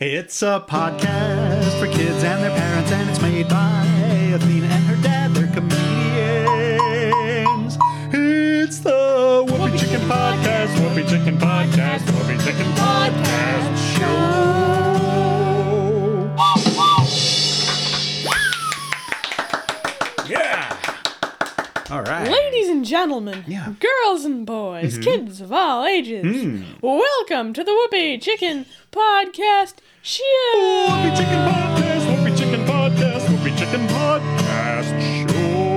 It's a podcast for kids and their parents, and it's made by Athena and her dad. They're comedians. It's the Whoopi Chicken Podcast, Whoopi Chicken Podcast, Whoopi Chicken Podcast Show. Yeah. All right. Ladies and gentlemen, Yeah. Mm-hmm. Hmm. girls and boys, kids of all ages, welcome to the Whoopee Chicken Podcast Show. Whoopi Chicken Podcast, Whoopi Chicken Podcast, Whoopi Chicken Podcast Show.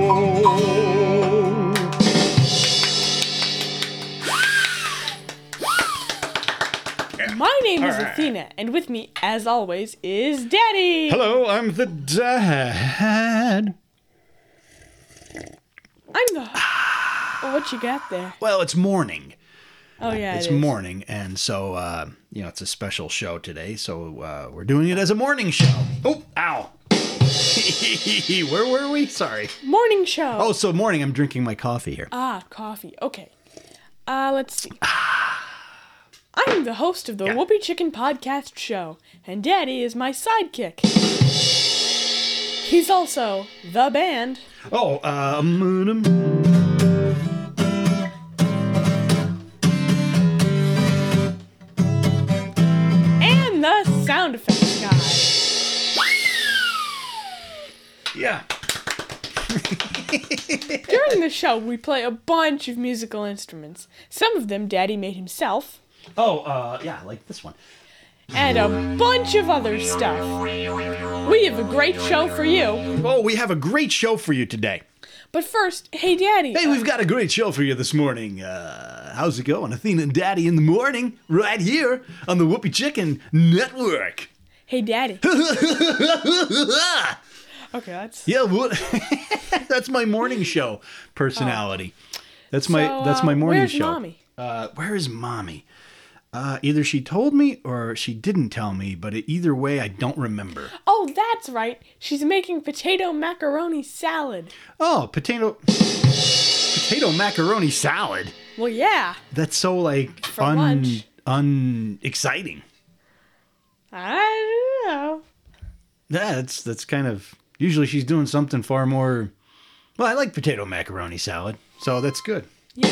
My name is Alright. Athena, and with me, as always, is Daddy. Hello, I'm the dad. I'm the. Oh, what you got there? Well, it's morning. Oh yeah, it it's is. morning, and so uh, you know it's a special show today. So uh, we're doing it as a morning show. Oh, ow! Where were we? Sorry. morning show. Oh, so morning. I'm drinking my coffee here. Ah, coffee. Okay. Uh, let's see. Ah. I'm the host of the Yeah. Whoopee Chicken Podcast Show, and Daddy is my sidekick. He's also the band. Oh, um, And the sound effects guy. yeah. During the show, we play a bunch of musical instruments. Some of them Daddy made himself, Oh, uh, yeah, like this one. and a bunch of other stuff. We have a great show for you. Oh, we have a great show for you today. But first, hey Daddy. Hey, we've got a great show for you this morning. Uh, how's it going? Athena and Daddy in the morning, right here on the Whoopi Chicken Network. Hey Daddy. Okay, that's. Yeah, what? that's my morning show personality. That's my Oh. So, that's my uh, morning where's show. mommy? Uh, where is mommy? Uh, either she told me or she didn't tell me, but either way, I don't remember. Oh, that's right. She's making potato macaroni salad. Oh, potato, potato macaroni salad. Well, yeah. That's so like For un lunch. unexciting. I don't know. Yeah, that's that's kind of usually she's doing something far more. Well, I like potato macaroni salad, so that's good. Yeah.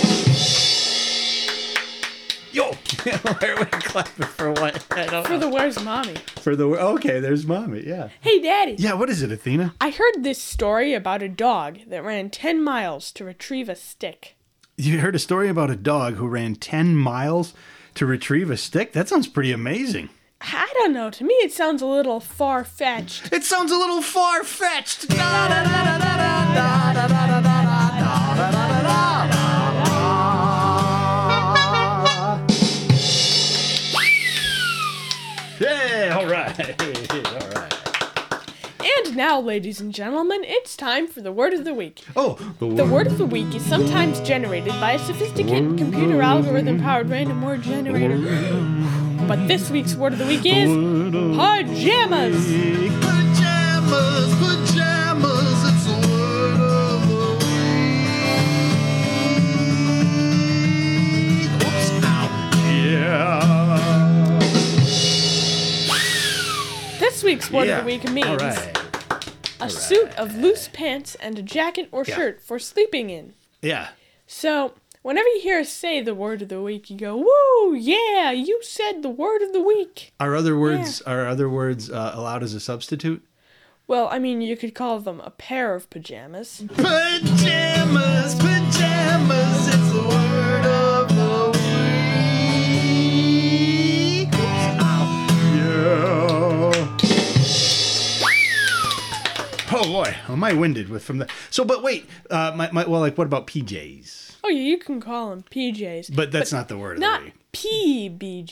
Yo, why are we clapping for what? I don't For the where's mommy? For the okay, there's mommy. Yeah. Hey Daddy. Yeah. What is it, Athena? I heard this story about a dog that ran 10 miles to retrieve a stick. You heard a story about a dog who ran ten miles to retrieve a stick. That sounds pretty amazing. I don't know, to me it sounds a little far fetched. It sounds a little far fetched. Yeah, all right. All right. And now, ladies and gentlemen, it's time for the word of the week. Oh, the The word of the week is sometimes generated by a sophisticated computer algorithm powered random word generator. But this week's word of the week is pajamas. Pajamas, pajamas, it's the word of the week. Oops, ow. Yeah. This week's word yeah. of the week means All right. a suit of loose pants and a jacket or Yeah. shirt for sleeping in. Yeah. So, whenever you hear us say the word of the week, you go, "Woo, yeah, you said the word of the week." Are other words are other words uh, allowed as a substitute? Well, I mean, you could call them a pair of pajamas. Pajamas, pajamas, it's the word of the week. Oops, ow. Yeah. Oh boy, am I winded with from the so? But wait, uh, my, my well, like what about PJs? Oh, yeah, you can call them PJs. But that's not the word not of PBJs. the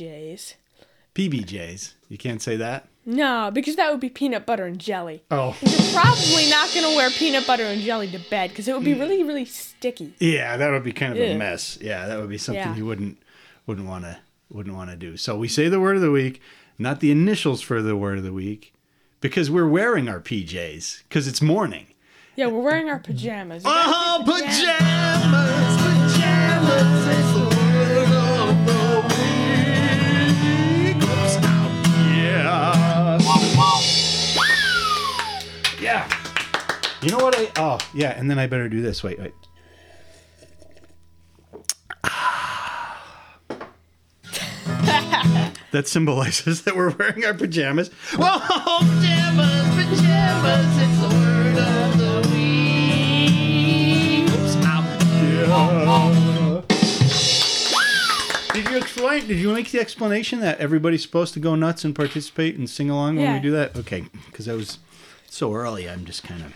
week. PBJs, you can't say that. No, because that would be peanut butter and jelly. Oh, You're probably not going to wear peanut butter and jelly to bed because it would Hmm. be really, really sticky. yeah, that would be kind of a Ew. mess. Yeah, that would be something Yeah. you wouldn't wouldn't want to wouldn't want to do. So we say the word of the week, not the initials for the word of the week, because we're wearing our PJs because it's morning. Yeah, we're wearing our pajamas. You gotta Oh, say pajamas. pajamas, pajamas, it's the word of the week. Oops, ow, yeah. oh, Yeah, and then I better do this. Wait, wait. that symbolizes that we're wearing our pajamas. Well, pajamas, pajamas, it's the word of the week. Oops, ow. Did you explain? Did you make the explanation that everybody's supposed to go nuts and participate and sing along when Yeah. we do that? Okay, because I was so early. I'm just kind of.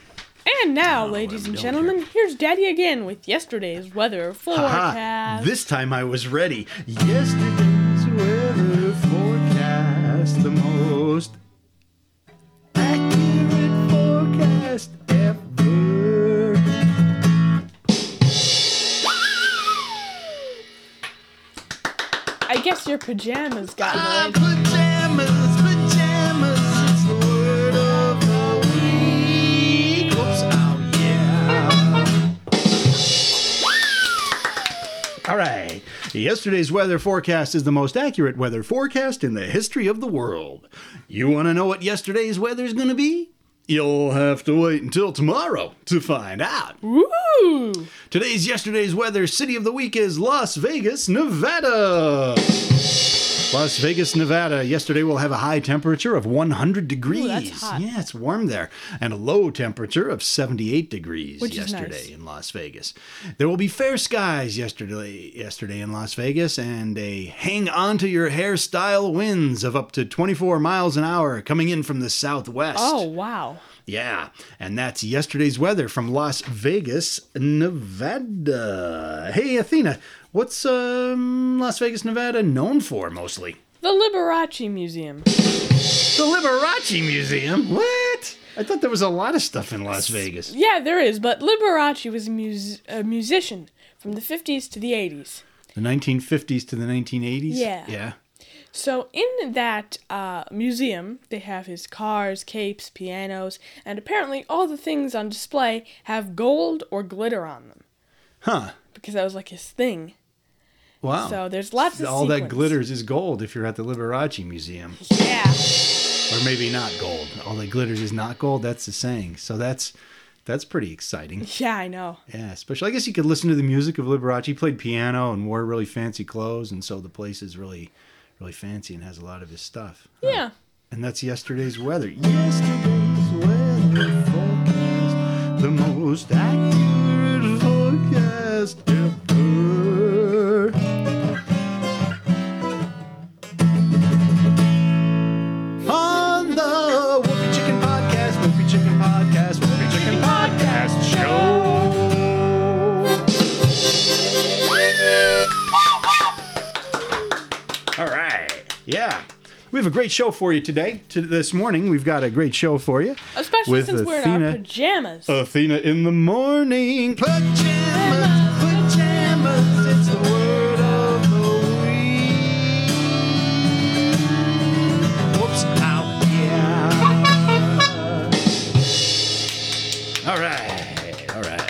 And now, what ladies I'm and doing gentlemen, here's Daddy again with yesterday's weather Aha! forecast. This time I was ready. Yesterday's weather forecast the most accurate forecast ever. I guess your pajamas got Ah, in the way. pajamas, pajamas, it's the word of the week. Whoops, oh yeah. oh, All right. Yesterday's weather forecast is the most accurate weather forecast in the history of the world. You want to know what yesterday's weather is going to be? You'll have to wait until tomorrow to find out. Woo! Today's yesterday's weather city of the week is Las Vegas, Nevada. Las Vegas, Nevada. Yesterday will have a high temperature of 100 degrees. hot. Yeah, it's warm there. And a low temperature of 78 degrees Which is yesterday nice. in Las Vegas. There will be fair skies yesterday yesterday in Las Vegas and a hang on to your hairstyle winds of up to 24 miles an hour coming in from the southwest. Oh, wow. Yeah, and that's yesterday's weather from Las Vegas, Nevada. Hey, Athena, what's um, Las Vegas, Nevada known for mostly? The Liberace Museum. The Liberace Museum. What? I thought there was a lot of stuff in Las Vegas. Yeah, there is, but Liberace was a, mus- a musician from the 50s to the 80s. The 1950s to the 1980s. Yeah. Yeah. So, in that uh, museum, they have his cars, capes, pianos, and apparently all the things on display have gold or glitter on them Huh. because that was like his thing. Wow. So there's lots of all that sequins. glitters is gold if you're at the Liberace Museum, Yeah. or maybe not gold. All that glitters is not gold. That's the saying. So that's that's pretty exciting. Yeah, I know. Yeah, especially I guess you could listen to the music of Liberace. He played piano and wore really fancy clothes, and so the place is really, really fancy and has a lot of his stuff. Yeah. And that's yesterday's weather. Yesterday's weather forecast, the most accurate forecast ever. On the Whoopi Chicken Podcast, Whoopi Chicken Podcast, Whoopi Chicken Podcast Show. All right. Yeah. We have a great show for you today. To this morning, we've got a great show for you. Especially With since we're in our Athena- pajamas. Athena in the morning. Pajamas, pajamas, it's the word of the week. Whoops, ow, yeah. All right, all right.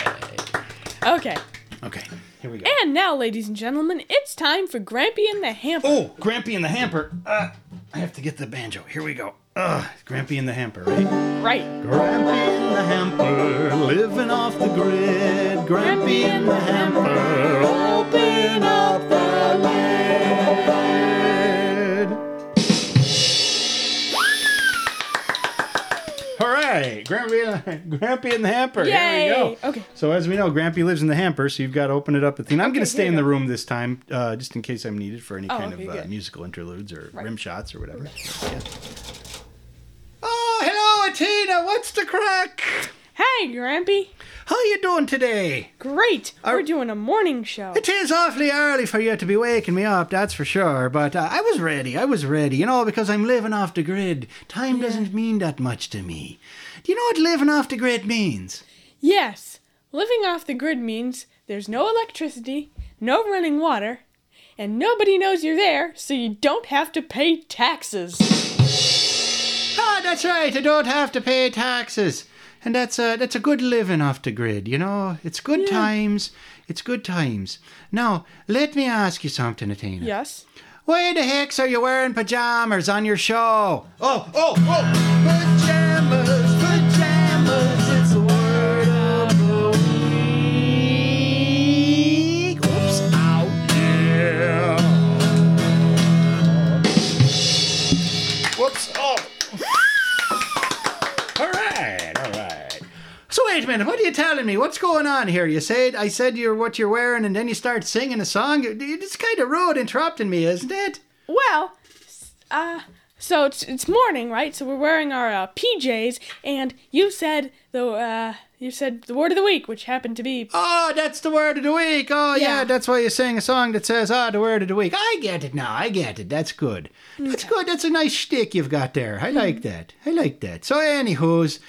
okay. Okay, here we go. And now, ladies and gentlemen, it's time for Grampy and the Hamper. Oh, Grampy in the hamper. Uh, I have to get the banjo. Here we go. Ugh, Grampy in the hamper, right? Right. Grampy in the hamper, living off the grid. Grampy in the hamper, open up the lid. All right, Grampy, in the, Grampy in the hamper. Yay. Here we go. Okay. So as we know, Grampy lives in the hamper, so you've got to open it up, Athena. I'm going to stay here in you the go. room this time, uh, just in case I'm needed for any kind Oh, okay, of uh, good. musical interludes or Right. rim shots or whatever. Yeah. Oh, hello, Athena. What's the crack? Hey, Grampy. How you doing today? Great. Are- We're doing a morning show. It is awfully early for you to be waking me up, that's for sure. But uh, I was ready. I was ready, you know, because I'm living off the grid. Time doesn't mean that much to me. Do you know what living off the grid means? Yes. Living off the grid means there's no electricity, no running water, and nobody knows you're there, so you don't have to pay taxes. Ah, that's right. I don't have to pay taxes, and that's a that's a good living off the grid. You know, it's good times. It's good times. Now, let me ask you something, Athena. Yes. Why the hecks are you wearing pajamas on your show? Oh, oh, oh! Pajamas, pajamas. It's the word of the oh. telling me? What's going on here? You said I said you're what you're wearing, and then you start singing a song. It's kind of rude interrupting me, isn't it? Well, s- uh, so it's, it's morning, right? So we're wearing our uh, PJs, and you said the uh, you said the word of the week, which happened to be Oh, that's the word of the week. Oh, yeah, Yeah. that's why you sang a song that says, ah, the word of the week. I get it now. I get it. That's good. That's good. That's a nice shtick you've got there. I like Hmm. that. I like that. So, anywho's,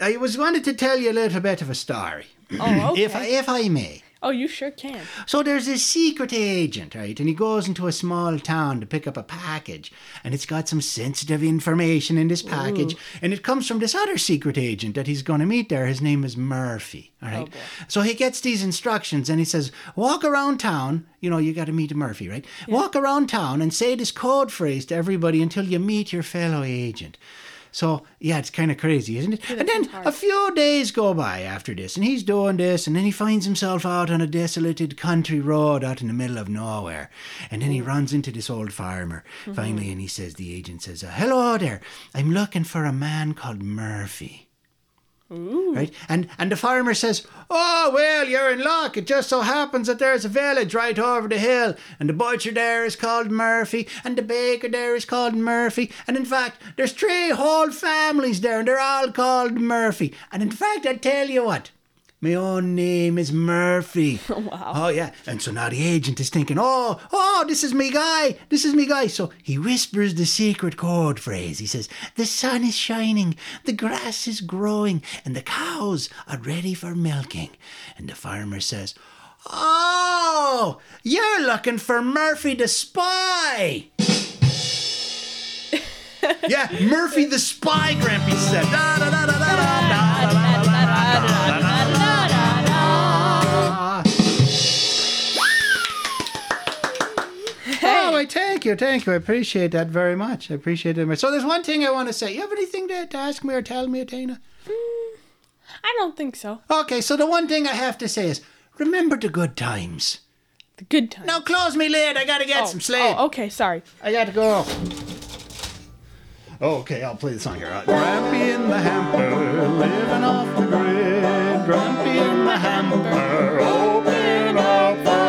I was wanted to tell you a little bit of a story, oh okay. if, I, if I may. oh, you sure can. So there's this secret agent, right? And he goes into a small town to pick up a package. And it's got some sensitive information in this package. And it comes from this other secret agent that he's going to meet there. His name is Murphy, all right? boy. so he gets these instructions and he says, Walk around town. You know, you got to meet Murphy, right? Walk around town and say this code phrase to everybody until you meet your fellow agent. So, yeah, it's kind of crazy, isn't it? and then a few days go by after this, and he's doing this, and then he finds himself out on a desolated country road out in the middle of nowhere. And then he runs into this old farmer finally, and he says, The agent says, uh, Hello there, I'm looking for a man called Murphy. Right? And and the farmer says, Oh well, you're in luck. It just so happens that there's a village right over the hill, and the butcher there is called Murphy, and the baker there is called Murphy, and in fact, there's three whole families there, and they're all called Murphy. And in fact, I tell you what. My own name is Murphy. Wow. Oh yeah. And so now the agent is thinking, oh, oh, this is me guy. This is me guy. So he whispers the secret code phrase. He says, The sun is shining, the grass is growing, and the cows are ready for milking. And the farmer says, Oh, you're looking for Murphy the spy. yeah, Murphy the spy, Grampy said. Da, da, da, da, da, da, da, da, da, da, da, da, da, da. Oh, I thank you, thank you. I appreciate that very much. I appreciate it. very much. So there's one thing I want to say. You have anything to, to ask me or tell me, Dana? I don't think so. Okay, so the one thing I have to say is remember the good times. The good time. Now close me lid. I gotta get Oh, some sleep. oh, okay, sorry. I gotta go. Okay, I'll play the song here. Grampy in the hamper, living off the grid. Grampy in the hamper, open up the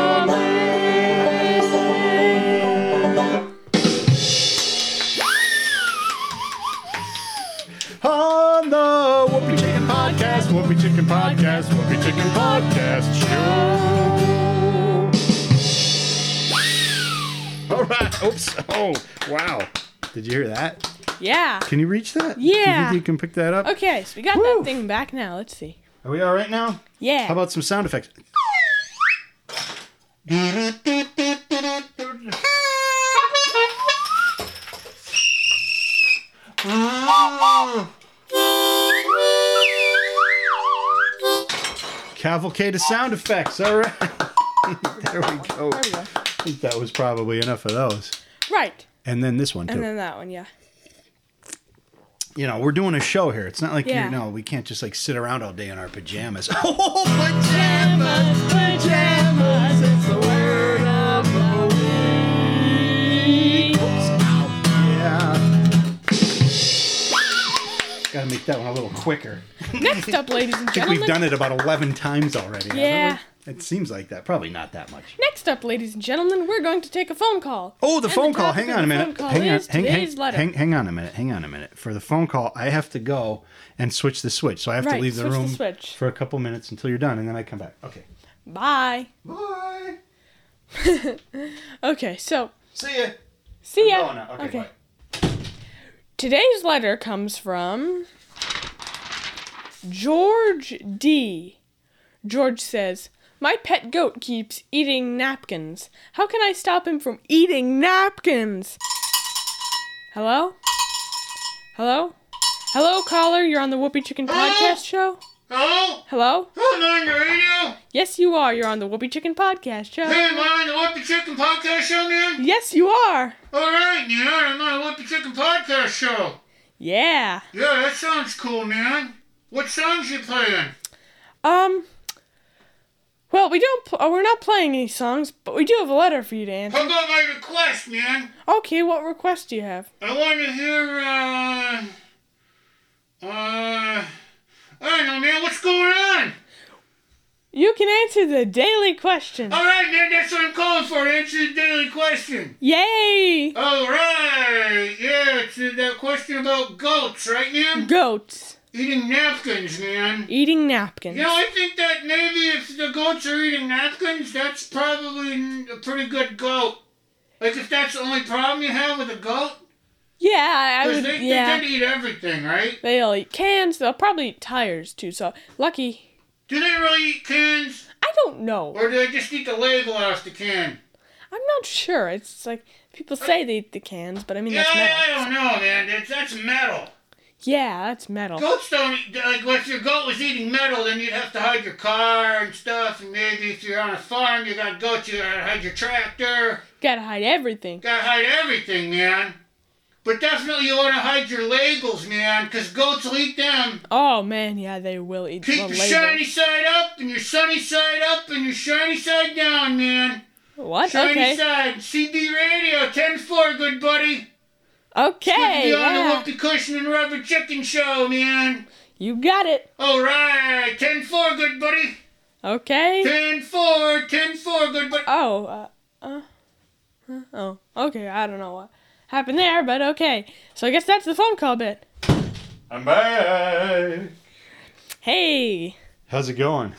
lid. On the Whoopi Chicken Podcast, Whoopi Chicken Podcast, Whoopi Chicken Podcast Show. All right. Oops. Oh, wow. Did you hear that? Yeah. Can you reach that? Do you Yeah. think you can pick that up? Okay, so we got Woo. that thing back now. Let's see. Are we all right now? Yeah. How about some sound effects? Cavalcade of sound effects. All right. there we go. There we go. I think that was probably enough of those. Right. And then this one too. And then that one, yeah. you know, we're doing a show here. It's not like Yeah. you know we can't just like sit around all day in our pajamas. oh, pajamas, pajamas, it's the word of the week. Yeah. Gotta make that one a little quicker. Next up, ladies and I think gentlemen. we've done it about eleven times already. haven't we? Yeah. It seems like that. Probably not that much. Next up, ladies and gentlemen, we're going to take a phone call. Oh, the And phone call. topic Hang of on a the minute. Phone call hang, on, is hang, hang, today's letter. hang, hang on a minute. Hang on a minute. For the phone call, I have to go and switch the switch. So I have to Right, leave the switch the room switch. for a couple minutes until you're done, and then I come back. Okay. Bye. Bye. Okay, so See ya. see ya. Oh, no. Okay. Bye. Today's letter comes from George D. George says, My pet goat keeps eating napkins. How can I stop him from eating napkins? Hello? Hello? Hello, caller. You're on the Whoopi Chicken Podcast Show? Hello? Hello? Hello, on your radio? Yes, you are. You're on the Whoopi Chicken Podcast Show. Hey, am I on the Whippy Chicken Podcast Show now? Yes, you are. Alright, man, I'm on the Whippy Chicken Podcast Show. Yeah. Yeah, that sounds cool, man. What songs you playing? Um. Well, we don't. Pl- uh, we're not playing any songs, but we do have a letter for you to answer. How about my request, man? Okay, what request do you have? I want to hear, uh... Uh... I don't know, man, what's going on? You can answer the daily question. All right, then that's what I'm calling for. Answer the daily question. Yay! All right. Yeah, it's uh, that question about goats, right, man? Goats Eating napkins, man. eating napkins. You know, I think that maybe if the goats are eating napkins, that's probably n- a pretty good goat. Like, if that's the only problem you have with a goat, Yeah, I because would. they, they yeah, tend to eat everything, right? they'll eat cans. They'll probably eat tires too. So lucky. Do they really eat cans, I don't know. or do they just eat the label off the can? I'm not sure. It's like people say they eat the cans, but I mean Yeah, that's I, metal. I don't know, man. That's, that's metal. Yeah, that's metal. Goats don't eat, like, if your goat was eating metal, then you'd have to hide your car and stuff, and maybe if you're on a farm, you got goats, you gotta uh, hide your tractor. Gotta hide everything. Gotta hide everything, man. But definitely you want to hide your labels, man, 'cause goats will eat them. Oh man, yeah, they will eat the Keep your label. shiny side up and your sunny side up and your shiny side down, man. What? Shiny okay. side. CB Radio 10-4, good buddy. Okay. You're on the Yeah. Whoopie Cushion and Rubber Chicken Show, man. You got it. All right. 10-4, good buddy. Okay. 10-4, 10-4, good buddy. Oh. Uh, uh, huh, oh. Okay. I don't know what happened there, but okay. So I guess that's the phone call bit. I'm back. Hey. How's it going?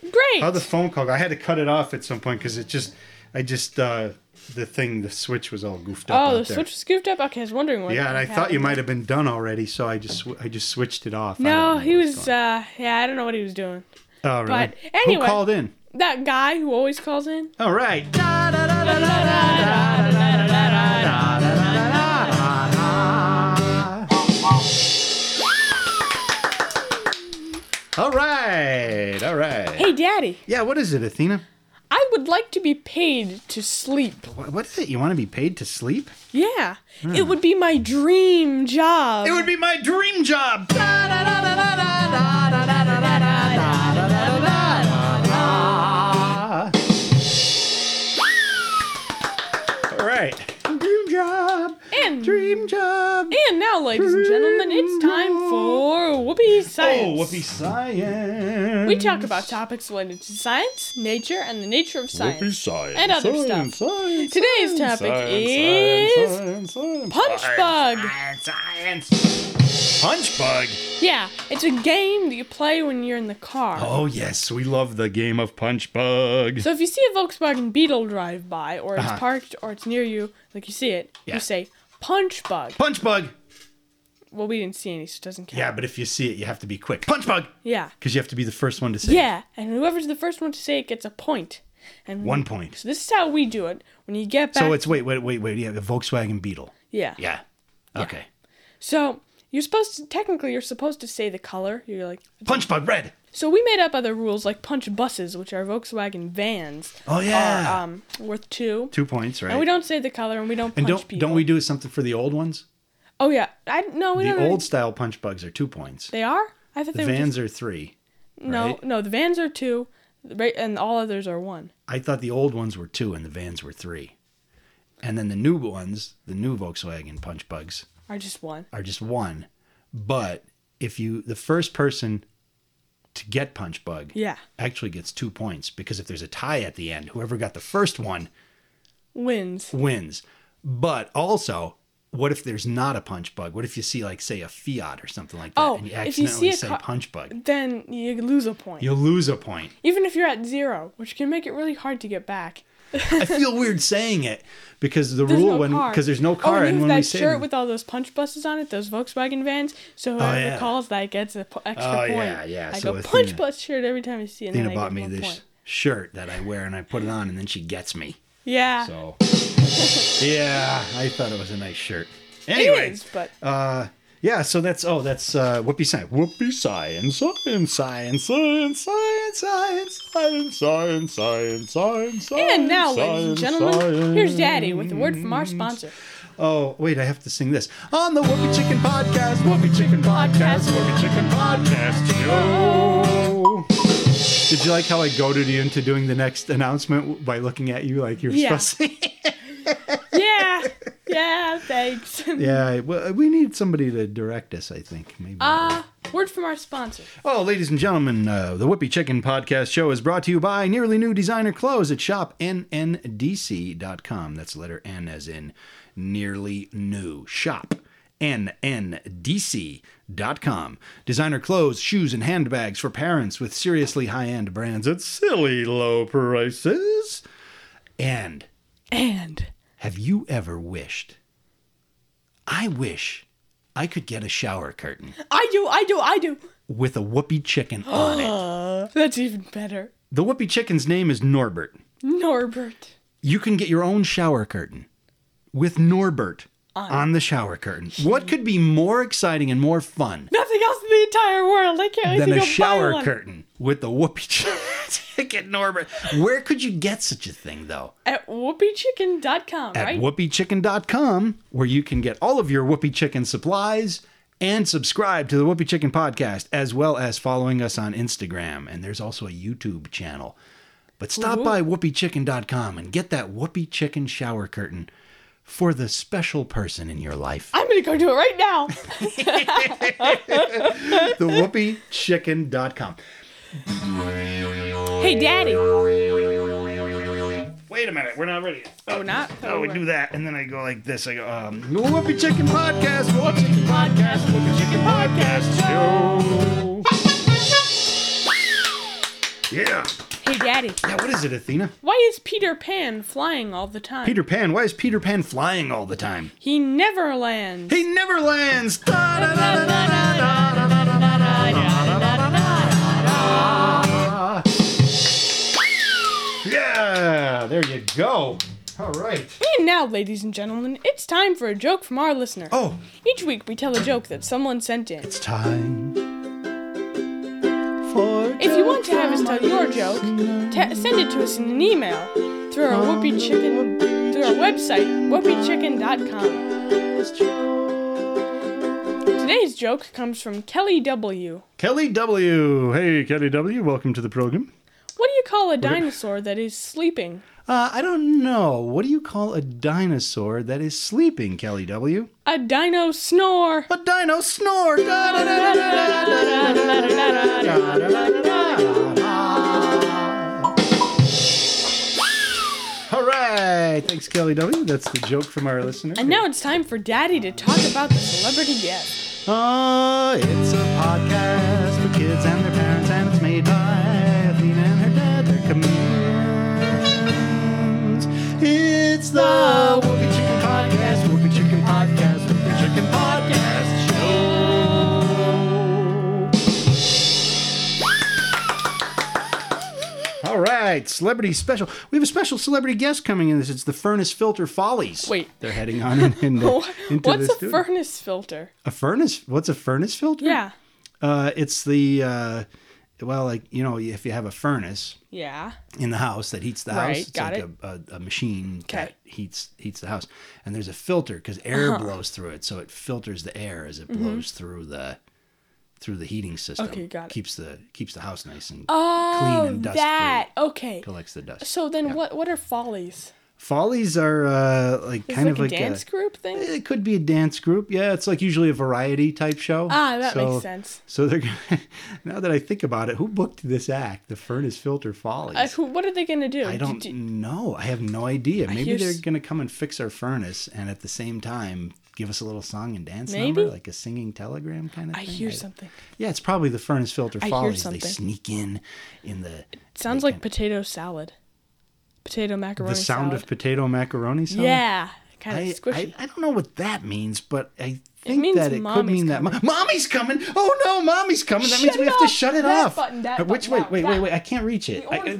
Great. How the phone call? I had to cut it off at some point because it just, I just, uh, the thing, the switch was all goofed up. Oh, out the there. switch was goofed up. Okay, I was wondering what. Yeah, and I thought you happened. might have been done already, so I just, sw- I just switched it off. I don't No, know he what's was. uh Yeah, I don't know what he was doing. going on. Oh, really? but anyway- who called in? That guy who always calls in. All right. All right. All right. Hey, Daddy, Yeah, what is it, Athena? I would like to be paid to sleep. Wha- What is it? You want to be paid to sleep? Yeah, it would be my dream job. Hmm. It would be my dream job. All right. Dream job. and Dream job. and now, ladies and gentlemen, it's time for Whoopee Oh, Science. whoopee science. We talk about topics related to science, nature, and the nature of science. Whoopee science. And other science, stuff. Science, Today's science, topic science, is science, science, punch science, bug. Science, science. Punch bug. Yeah, it's a game that you play when you're in the car. Oh yes, we love the game of punch bug. So if you see a Volkswagen Beetle drive by, or it's Uh-huh. parked, or it's near you, like you see it, Yeah. you say punch bug. punch bug. Well, we didn't see any, so it doesn't count. Yeah, but if you see it, you have to be quick. Punch bug, Yeah. because you have to be the first one to say. it. Yeah, and whoever's the first one to say it gets a point. And One point. So this is how we do it. When you get back, So it's wait, wait, wait, wait. Yeah, the Volkswagen Beetle. yeah. Yeah. Okay. So you're supposed to technically you're supposed to say the color. You're like Punch bug red. so we made up other rules like punch buses, which are Volkswagen vans, Oh yeah. are um worth two. Two points, right? And we don't say the color, and we don't And punch don't people. don't we do something for the old ones? Oh yeah, I no we The don't. really- old style punch bugs are two points. They are. I thought The they were just- vans are three. No, right? no, the vans are two, right, and all others are one. I thought the old ones were two and the vans were three. And then the new ones, the new Volkswagen punch bugs, Are just one. are just one. But if you the first person to get punch bug Yeah, actually gets two points because if there's a tie at the end, whoever got the first one wins. wins. But also, what if there's not a punch bug? What if you see like say a Fiat or something like that Oh, and you if you accidentally see a say car- punch bug? Then you lose a point, You lose a point. even if you're at zero, which can make it really hard to get back. I feel weird saying it because the There's rule no when car. because there's no car Oh, and, and you when have we that say shirt with all those punch buses on it, those Volkswagen vans. So whoever Oh, yeah. calls that gets an extra Oh, point. yeah, yeah, Like so a Athena- punch bus shirt every time you see it. and then Athena I bought get me one this point. shirt that I wear and I put it on and then she gets me. Yeah, So yeah, I thought it was a nice shirt. it Anyway, is, but uh, yeah, so that's oh that's uh, whoopee science, whoopee science, science, science, science, science, science, science, science, science, science. and now, ladies and science, gentlemen, here's Daddy science. with a word from our sponsor. Oh, wait, I have to sing this. On the Whoopi Chicken Podcast, Whoopi Chicken Podcast, Whoopi Chicken Podcast, Oh. yo. Did you like how I goaded you into doing the next announcement by looking at you like you're Yeah. supposed to? yeah, yeah, thanks. uh, yeah, well, we need somebody to direct us, I think. Maybe. Uh, Word from our sponsor. Oh, ladies and gentlemen, uh, the Whippy Chicken Podcast Show is brought to you by Nearly New Designer Clothes at shopnndc.com. That's the letter N as in nearly new. Shop nndc.com. Designer clothes, shoes, and handbags for parents with seriously high end brands at silly low prices. And And have you ever wished? I wish I could get a shower curtain I do, I do, I do. with a whoopee chicken on it. That's even better. The whoopee chicken's name is Norbert. Norbert. You can get your own shower curtain with Norbert on, the shower curtain. What could be more exciting and more fun Nothing else in the entire world. I can't than think a of shower one. curtain with the whoopee chicken Norbert? Where could you get such a thing though? At whoopeechicken.com, At right? whoopeechicken.com where you can get all of your whoopee chicken supplies and subscribe to the whoopee chicken podcast as well as following us on Instagram and there's also a YouTube channel. But stop by whoopeechicken.com and get that whoopee chicken shower curtain for the special person in your life. I'm gonna go do it right now. the whoopeechicken.com. Oh, hey, Daddy. Wait a minute, we're not ready yet. Oh, not. Oh, we do that, and then I go like this. I go, um, Whoopi Chicken Podcast, Whoopi Chicken Podcast, Whoopi Chicken Podcast Show. Yeah. Hey, Daddy. Now, what is it, Athena? Why is Peter Pan flying all the time? Peter Pan. Why is Peter Pan flying all the time? He never lands. He never lands. Yeah, there you go. All right. And now, ladies and gentlemen, it's time for a joke from our listener. Oh, Each week we tell a joke that someone sent in. It's time for. If you want to have us tell your joke, ta- send it to us in an email through our Whoopee Chicken, through our website, whoopeechicken.com. Today's joke comes from Kelly W. Kelly W. Hey, Kelly W. Welcome to the program. What do you call a dinosaur that is sleeping? Uh, I don't know. What do you call a dinosaur that is sleeping, Kelly W? A dino snore. A dino snore. All right. Thanks, Kelly W. That's the joke from our listener. And now it's time for Daddy to talk about the celebrity guest. Uh, it's a podcast for kids and their parents, and it's made by Athena and her dad. They're comedians. It's the Whoopi Chicken Podcast, Whoopi Chicken Podcast, Whoopi Chicken Podcast Show. All right, celebrity special. We have a special celebrity guest coming in. This it's the Furnace Filter Follies. Wait. they're heading on in, in the- into What's the a studio. furnace filter? A furnace? What's a furnace filter? Yeah. Uh, it's the uh, well, like you know, if you have a furnace Yeah. in the house that heats the Right, house, it's got like it. A, a, a machine that Okay. heats heats the house, and there's a filter because air Uh-huh. blows through it, so it filters the air as it blows through the through the heating system. Mm-hmm. Okay, got it. Keeps the keeps the house nice and Oh, and dust-free. that. Okay. collects the dust. So then, what what are follies? Follies are uh, like Is kind it of like like a dance group thing? It could be a dance group. Yeah, it's like usually a variety type show. Ah, that So- makes sense. So they're gonna, now that I think about it, who booked this act, the Furnace Filter Follies? Uh, who, what are they gonna do? I don't Do- do- know. I have no idea. Maybe hear they're s- gonna come and fix our furnace, and at the same time give us a little song and dance Maybe? number, like a singing telegram kind of I thing. hear something. Yeah, it's probably the Furnace Filter I hear Follies. They something. sneak in in the Sounds like potato salad, potato macaroni. the sound salad. of potato macaroni. Sound. yeah, kind of I, squishy. I, I don't know what that means, but I think means that it could mommy's mean that mo- mommy's coming. Oh no, mommy's coming. That means Shut we it have to off. shut it That off. button, that Uh, Which button, wait, wait, that- wait, wait. I can't reach it. The orange I- I-